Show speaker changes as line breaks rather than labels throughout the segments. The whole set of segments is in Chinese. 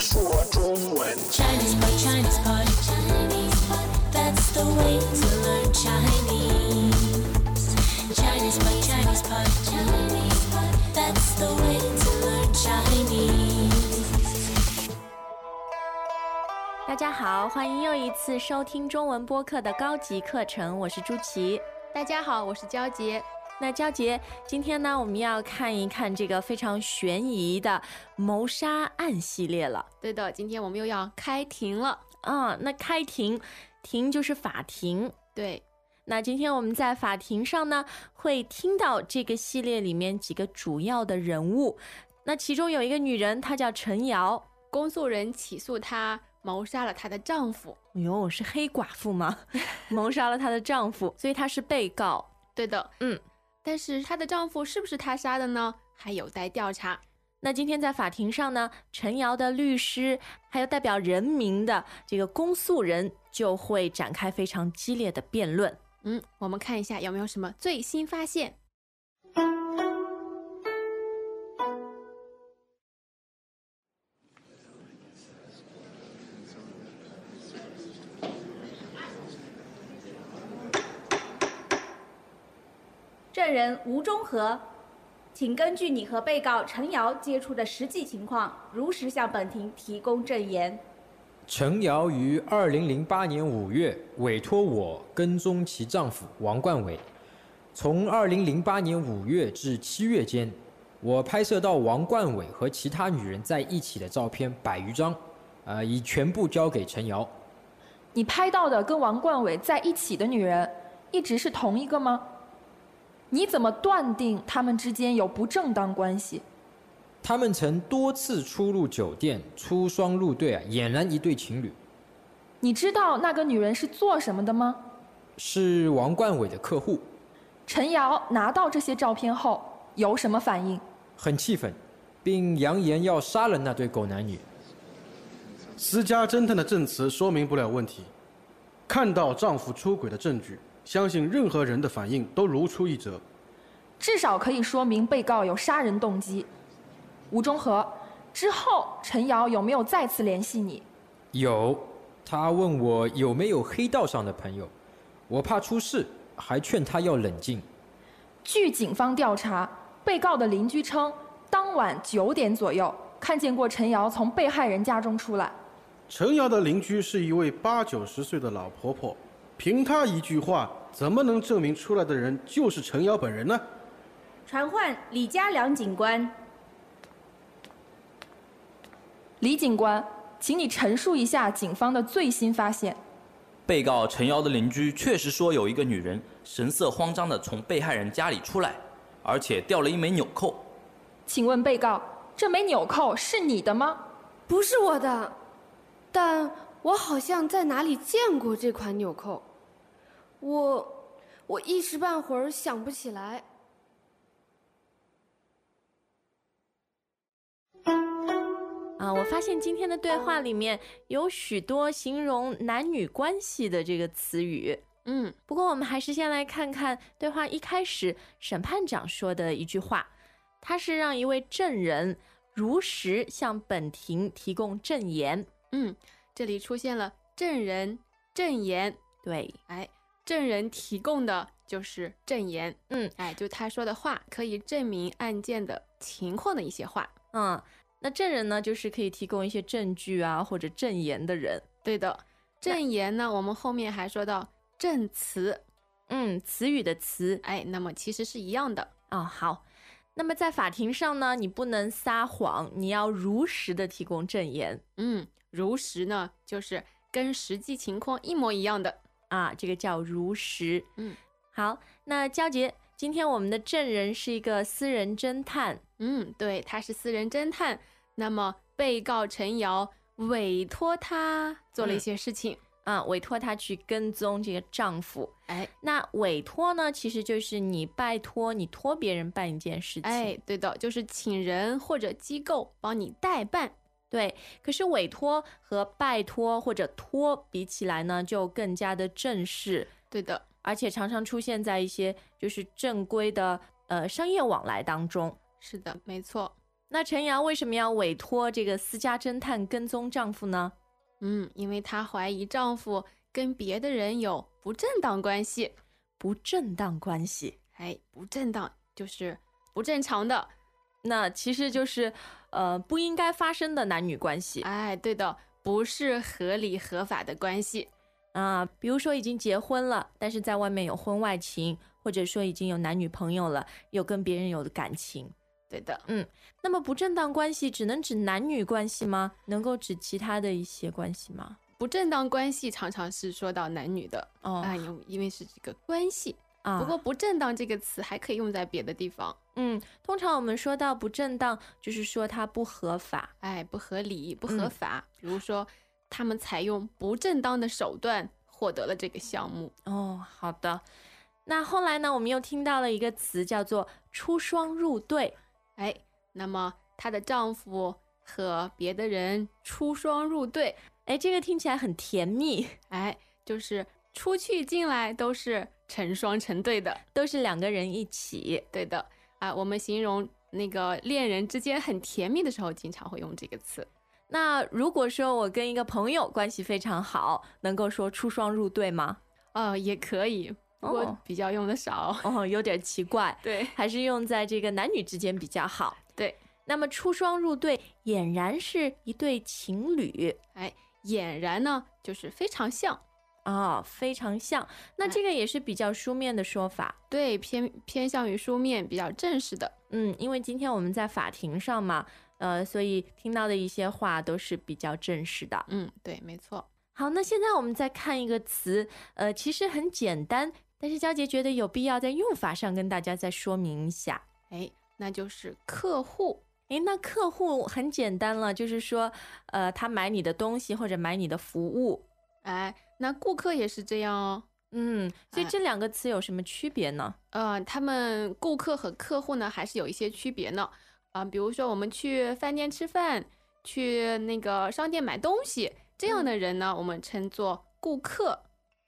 说中文。
Chinese pot, Chinese pot, Chinese pot. That's the way to learn Chinese. Chinese pot, Chinese pot, Chinese pot. That's the way to learn Chinese.
大家好，欢迎又一次收听中文播客的高级课程，我是朱琪。
大家好，我是焦杰。
那焦杰，今天呢，我们要看一看这个非常悬疑的谋杀案系列了。
对的，今天我们又要开庭了。
啊、那开庭，庭就是法庭。
对，
那今天我们在法庭上呢，会听到这个系列里面几个主要的人物。那其中有一个女人，她叫陈瑶。
公诉人起诉她谋杀了她的丈夫。
哎呦，是黑寡妇吗？ 谋杀了她的丈夫，所以她是被告。
对的，
嗯。
但是她的丈夫是不是她杀的呢？还有待调查。
那今天在法庭上呢，陈瑶的律师还有代表人民的这个公诉人就会展开非常激烈的辩论。
嗯，我们看一下有没有什么最新发现。
证人吴中和，请根据你和被告陈瑶接触的实际情况，如实向本庭提供证言。
陈瑶于二零零八年五月委托我跟踪其丈夫王冠伟，从二零零八年五月至七月间，我拍摄到王冠伟和其他女人在一起的照片百余张，呃，已全部交给陈瑶。
你拍到的跟王冠伟在一起的女人，一直是同一个吗？你怎么断定他们之间有不正当关系？
他们曾多次出入酒店，出双入对啊，俨然一对情侣。
你知道那个女人是做什么的吗？
是王冠伟的客户，
陈瑶拿到这些照片后有什么反应？
很气愤，并扬言要杀了那对狗男女。
私家侦探的证词说明不了问题。看到丈夫出轨的证据，相信任何人的反应都如出一辙。
至少可以说明被告有杀人动机。吴中和，之后陈瑶有没有再次联系你？
有，他问我有没有黑道上的朋友，我怕出事，还劝他要冷静。
据警方调查，被告的邻居称，当晚九点左右看见过陈瑶从被害人家中出来。
陈瑶的邻居是一位八九十岁的老婆婆，凭她一句话，怎么能证明出来的人就是陈瑶本人呢？
传唤李家良警官。
李警官，请你陈述一下警方的最新发现。
被告陈瑶的邻居确实说有一个女人神色慌张地从被害人家里出来，而且掉了一枚纽扣。
请问被告，这枚纽扣是你的吗？
不是我的，但我好像在哪里见过这款纽扣，我我一时半会儿想不起来。
啊，我发现今天的对话里面有许多形容男女关系的这个词语。
嗯，
不过我们还是先来看看对话一开始审判长说的一句话，他是让一位证人如实向本庭提供证言。
嗯，这里出现了证人、证言。
对，
哎，证人提供的就是证言。
嗯，
哎，就他说的话可以证明案件的情况的一些话。
嗯，那证人呢，就是可以提供一些证据啊或者证言的人。
对的，证言呢，我们后面还说到证词，
嗯，词语的词
哎，那么其实是一样的。
啊、好。那么在法庭上呢，你不能撒谎，你要如实的提供证言
嗯，如实呢，就是跟实际情况一模一样的。
啊，这个叫如实。
嗯，
好，那焦杰，今天我们的证人是一个私人侦探。
嗯，对，他是私人侦探。那么被告陈瑶委托他做了一
嗯
些事情。
啊，委托他去跟踪这个丈夫。
哎
那委托呢，其实就是你拜托你托别人办一件事情。
哎，对的，就是请人或者机构帮你代办。
对。可是委托和拜托或者托比起来呢，就更加的正式，
对的，
而且常常出现在一些就是正规的呃商业往来当中。
是的，没错。
那陈阳为什么要委托这个私家侦探跟踪丈夫呢？
嗯，因为她怀疑丈夫跟别的人有不正当关系。
不正当关系，
哎，不正当就是不正常的。
那其实就是呃不应该发生的男女关系
哎，对的，不是合理合法的关系。
啊，比如说已经结婚了，但是在外面有婚外情，或者说已经有男女朋友了，有跟别人有的感情。
对的，
那么不正当关系只能指男女关系吗？能够指其他的一些关系吗？
不正当关系常常是说到男女的
哦
啊，因因为是这个关系。
啊，
不过“不正当”这个词还可以用在别的地方，
嗯，通常我们说到不正当，就是说它不合法。
哎，不合理、不
嗯
合法。比如说，他们采用不正当的手段获得了这个项目。
哦，好的。那后来呢，我们又听到了一个词叫做“出双入对
哎，那么她的丈夫和别的人出双入对，”，
哎，这个听起来很甜蜜，
哎，就是出去进来都是成双成对的。
都是两个人一起。
对的啊，我们形容那个恋人之间很甜蜜的时候，经常会用这个词。
那如果说我跟一个朋友关系非常好，能够说出双入对吗？
哦，也可以，不
哦
过比较用的少。
哦，有点奇怪，
对
还是用在这个男女之间比较好。
对，
那么出双入对俨然是一对情侣
俨然呢，就是非常像，
啊、非常像。那这个也是比较书面的说法。
对，偏偏向于书面，比较正式的。
嗯，因为今天我们在法庭上嘛，呃，所以听到的一些话都是比较正式的。
嗯，对，没错。
好，那现在我们再看一个词，呃，其实很简单，但是娇姐觉得有必要在用法上跟大家再说明一下。
哎，那就是客户。
诶，那客户很简单了，就是说，呃，他买你的东西或者买你的服务，
哎，那顾客也是这样哦。
嗯，所以
哎
这两个词有什么区别呢？
呃，他们顾客和客户呢，还是有一些区别呢。啊、比如说我们去饭店吃饭，去那个商店买东西，这样的人呢，我们称作顾客。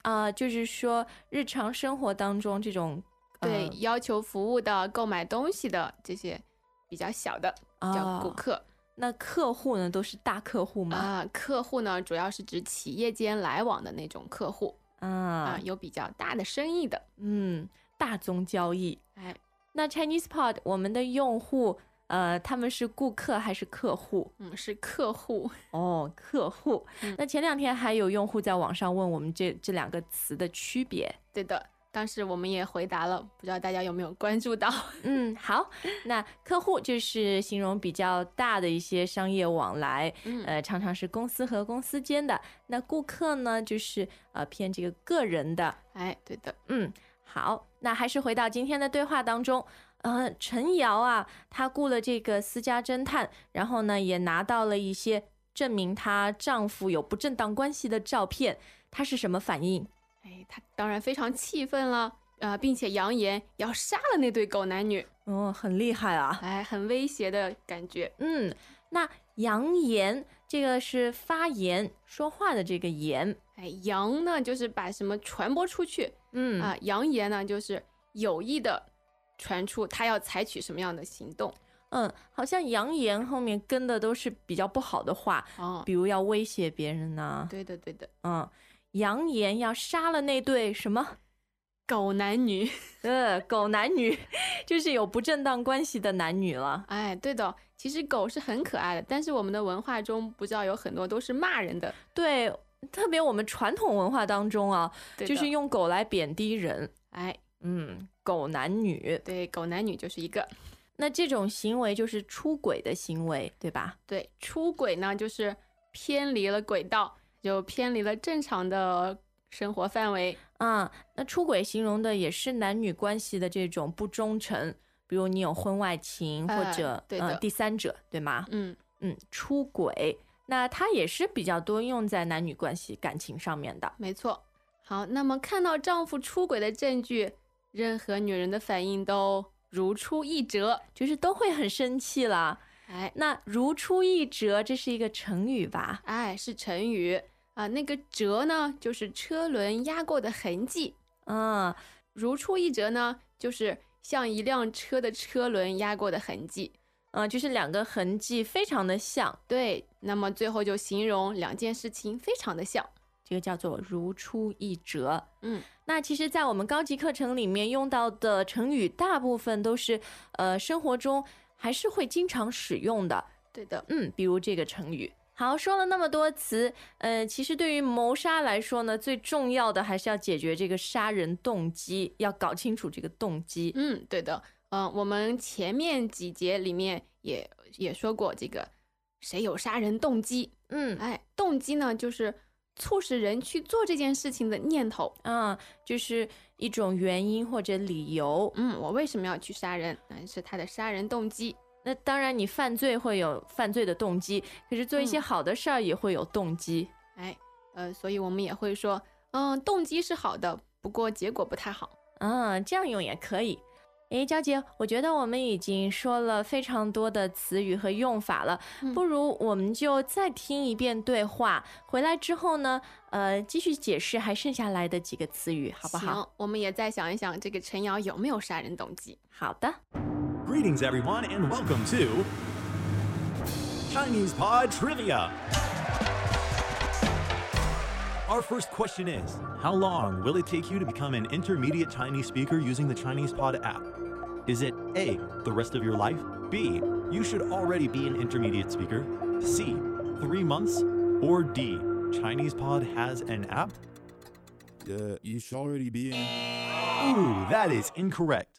啊、就是说日常生活当中这种，呃
对，要求服务的、购买东西的这些比较小的
呃、
叫顾
哦
客。
那客户呢，都是大客户吗？
啊、客户呢，主要是指企业间来往的那种客户
啊，
啊、有比较大的生意的。
嗯，大宗交易。
哎，
那 ChinesePod 我们的用户，呃，他们是顾客还是客户？
嗯，是客户。
哦，客户。
嗯
那前两天还有用户在网上问我们这这两个词的区别。
对的，当时我们也回答了，不知道大家有没有关注到？
嗯，好，那客户就是形容比较大的一些商业往来，
嗯
呃，常常是公司和公司间的。那顾客呢，就是呃偏这个个人的。
哎，对的，
嗯，好，那还是回到今天的对话当中。呃，陈瑶啊，她雇了这个私家侦探，然后呢，也拿到了一些证明她丈夫有不正当关系的照片。她是什么反应？
哎，他当然非常气愤了，呃，并且扬言要杀了那对狗男女，
哦，很厉害啊。
哎，很威胁的感觉。
嗯，那扬言这个是发言说话的这个言。
哎，扬呢就是把什么传播出去
嗯
啊、扬言呢就是有意的传出他要采取什么样的行动。
嗯，好像扬言后面跟的都是比较不好的话，
哦，
比如要威胁别人呐、
对的，对的，
嗯，扬言要杀了那对什么？
狗男女。
呃，狗男女 就是有不正当关系的男女了。
哎，对的，其实狗是很可爱的，但是我们的文化中不知道有很多都是骂人的，
对，特别我们传统文化当中啊，
对
就
的
是用狗来贬低人。
哎，
嗯，狗男女，
对，狗男女就是一个
那这种行为就是出轨的行为，对吧？
对出轨呢，就是偏离了轨道，就偏离了正常的生活范围。
啊、那出轨形容的也是男女关系的这种不忠诚，比如你有婚外情或
哎
者、
对
呃
的
第三者，对吗？
嗯，
嗯，出轨，那它也是比较多用在男女关系感情上面的。
没错。好，那么看到丈夫出轨的证据，任何女人的反应都如出一辙。
就是都会很生气了。
哎
那如出一辙，这是一个成语吧？
哎，是成语啊、那个辙呢，就是车轮压过的痕迹。
嗯，
如出一辙呢，就是像一辆车的车轮压过的痕迹。
嗯、就是两个痕迹非常的像，
对，那么最后就形容两件事情非常的像。
这个叫做如出一辙。
嗯，
那其实，在我们高级课程里面用到的成语，大部分都是呃生活中还是会经常使用的。
对的，
嗯，比如这个成语。好，说了那么多词，呃，其实对于谋杀来说呢，最重要的还是要解决这个杀人动机，要搞清楚这个动机。
嗯，对的，嗯、我们前面几节里面也也说过这个谁有杀人动机，
嗯
哎，动机呢就是促使人去做这件事情的念头。
啊，就是一种原因或者理由。
嗯，我为什么要去杀人？那是他的杀人动机。
那当然，你犯罪会有犯罪的动机，可是做一些
嗯
好的事儿也会有动机。
哎，呃，所以我们也会说，嗯，动机是好的，不过结果不太好。
啊，这样用也可以。诶，娇姐，我觉得我们已经说了非常多的词语和用法了，
嗯
不如我们就再听一遍对话，回来之后呢，呃，继续解释还剩下来的几个词语，好不好？
行，我们也再想一想这个陈瑶有没有杀人动机。
好的。
Greetings, everyone, and welcome to Chinese Pod Trivia. Our first question is How long will it take you to become an intermediate Chinese speaker using the Chinese Pod app? Is it A, the rest of your life? B, you should already be an intermediate speaker? C, three months? Or D, Chinese Pod has an app?
Uh, you should already be in.
Ooh, that is incorrect.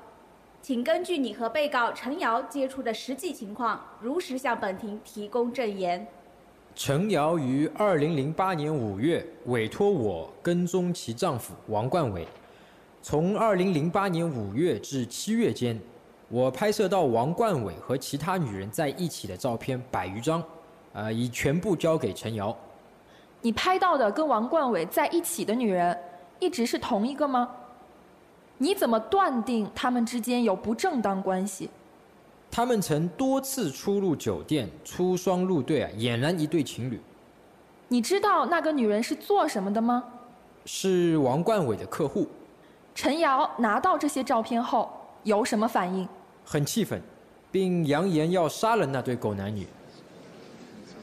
请根据你和被告陈瑶接触的实际情况，如实向本庭提供证言。
陈瑶于二零零八年五月委托我跟踪其丈夫王冠伟，从二零零八年五月至七月间，我拍摄到王冠伟和其他女人在一起的照片百余张，呃，已全部交给陈瑶。
你拍到的跟王冠伟在一起的女人，一直是同一个吗？你怎么断定他们之间有不正当关系？
他们曾多次出入酒店，出双入对啊，俨然一对情侣。
你知道那个女人是做什么的吗？
是王冠伟的客户，
陈瑶拿到这些照片后有什么反应？
很气愤，并扬言要杀了那对狗男女。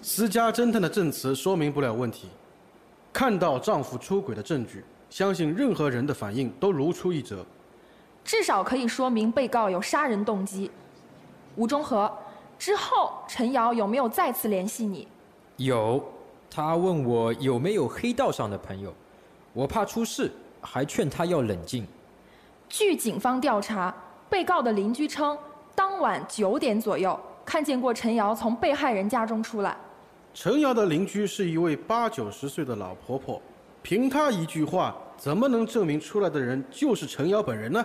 私家侦探的证词说明不了问题。看到丈夫出轨的证据，相信任何人的反应都如出一辙。
至少可以说明被告有杀人动机。吴中和，之后陈瑶有没有再次联系你？
有，他问我有没有黑道上的朋友，我怕出事，还劝他要冷静。
据警方调查，被告的邻居称，当晚九点左右看见过陈瑶从被害人家中出来。
陈瑶的邻居是一位八九十岁的老婆婆，凭她一句话，怎么能证明出来的人就是陈瑶本人呢？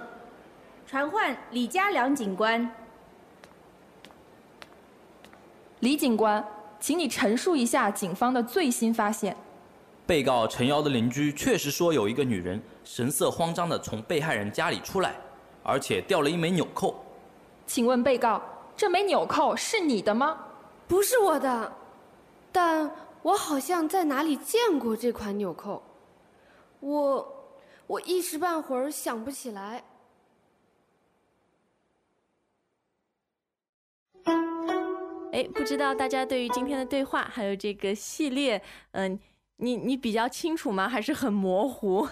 传唤李家良警官。
李警官，请你陈述一下警方的最新发现。
被告陈瑶的邻居确实说有一个女人神色慌张地从被害人家里出来，而且掉了一枚纽扣。
请问被告，这枚纽扣是你的吗？
不是我的，但我好像在哪里见过这款纽扣，我我一时半会儿想不起来。
诶，不知道大家对于今天的对话还有这个系列，嗯、你你比较清楚吗？还是很模糊？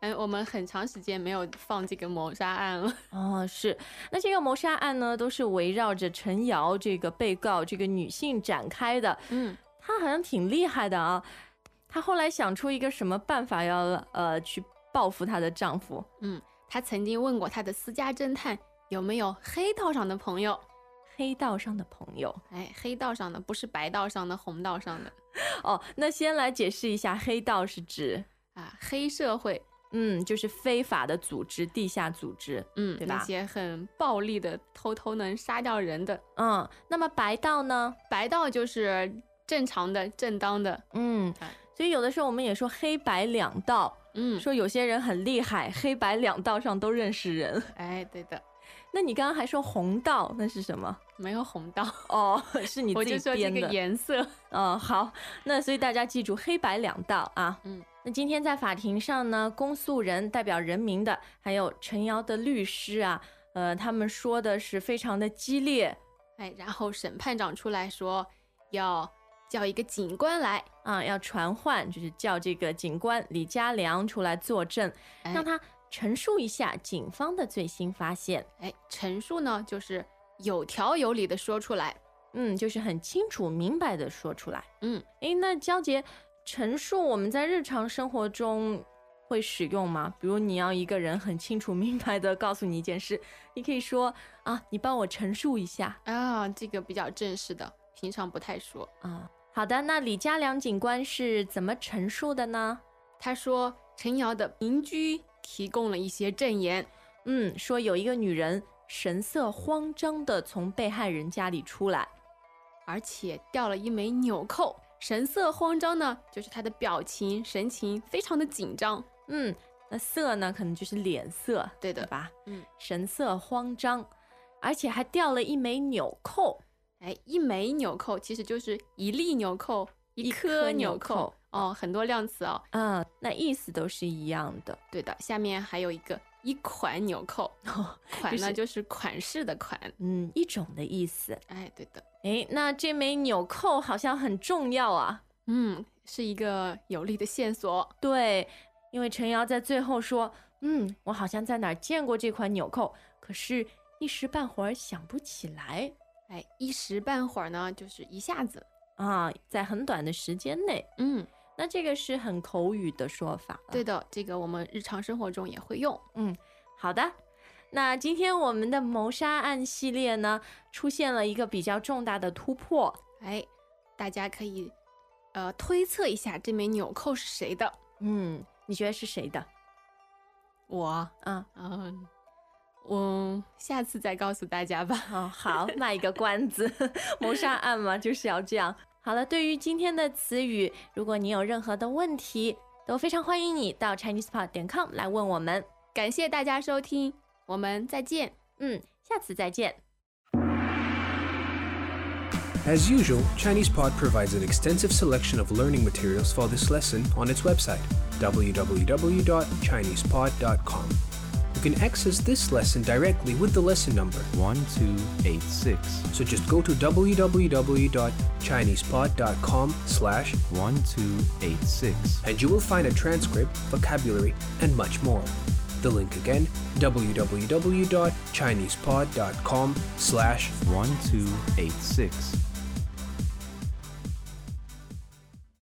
哎，我们很长时间没有放这个谋杀案了。
哦，是。那这个谋杀案呢，都是围绕着陈瑶这个被告这个女性展开的。
嗯，
她好像挺厉害的啊，她后来想出一个什么办法要呃去报复她的丈夫。
她曾经问过她的私家侦探有没有黑道上的朋友。
黑道上的朋友
哎，黑道上的不是白道上的，红道上的
哦，那先来解释一下，黑道是指
啊，黑社会
嗯，就是非法的组织、地下组织，
嗯，
对
那
吧？
些很暴力的，偷偷能杀掉人的。
嗯，那么白道呢？
白道就是正常的、正当的。
嗯，所以有的时候我们也说黑白两道，
嗯，
说有些人很厉害，黑白两道上都认识人。
哎，对的。
那你刚刚还说红道，那是什么？
没有红道
哦， 是你
我
自己
就说这
编的
个颜色。
哦，好，那所以大家记住黑白两道啊。
嗯，
那今天在法庭上呢，公诉人代表人民的，还有陈瑶的律师啊，呃，他们说的是非常的激烈
哎，然后审判长出来说要叫一个警官来，
啊，要传唤，就是叫这个警官李家良出来作证，
哎
让他陈述一下警方的最新发现。
哎，陈述呢就是有条有理的说出来。
嗯，就是很清楚明白的说出来。
嗯，
诶，那娇姐，陈述我们在日常生活中会使用吗？比如你要一个人很清楚明白的告诉你一件事，你可以说啊，你帮我陈述一下
啊，这个比较正式的，平常不太说。
啊。好的，那李家良警官是怎么陈述的呢？
他说陈瑶的邻居提供了一些证言，
嗯，说有一个女人神色慌张的从被害人家里出来，
而且掉了一枚纽扣，神色慌张呢，就是他的表情神情非常的紧张。
嗯，那色呢，可能就是脸色，
对的
吧？
嗯，
神色慌张，而且还掉了一枚纽扣，
哎，一枚纽扣其实就是一粒纽扣，一
一颗
颗纽
纽
扣
扣
哦，很多量词哦。
嗯，那意思都是一样的。
对的，下面还有一个一款纽 扣，款呢
哦是
就是款式的款。
嗯，一种的意思。
哎，对的，
诶，那这枚纽扣好像很重要啊。
嗯，是一个有力的线索。
对，因为陈瑶在最后说，嗯，我好像在哪儿见过这款纽扣，可是一时半会儿想不起来
哎，一时半会儿呢，就是一下子，
啊，在很短的时间内。
嗯，
那这个是很口语的说法了。
对的，这个我们日常生活中也会用。
好的，那今天我们的谋杀案系列呢，出现了一个比较重大的突破。
哎，大家可以呃推测一下这枚纽扣是谁的。
嗯，你觉得是谁的？
我，
啊，
嗯，我下次再告诉大家吧。
哦， 好，卖一个关子，谋杀案嘛，就是要这样。好了，对于今天的词语，如果你有任何的问题，都非常欢迎你到 ChinesePod 点 com 来问我们。
感谢大家收听，我们再见。
嗯，下次再见。
As usual, ChinesePod provides an extensive selection of learning materials for this lesson on its website, www.chinesepod.com. You can access this lesson directly with the lesson number 1286. So just go to www.chinesepod.com slash 1286 and you will find a transcript, vocabulary, and much more. The link again, www.chinesepod.com slash 1286.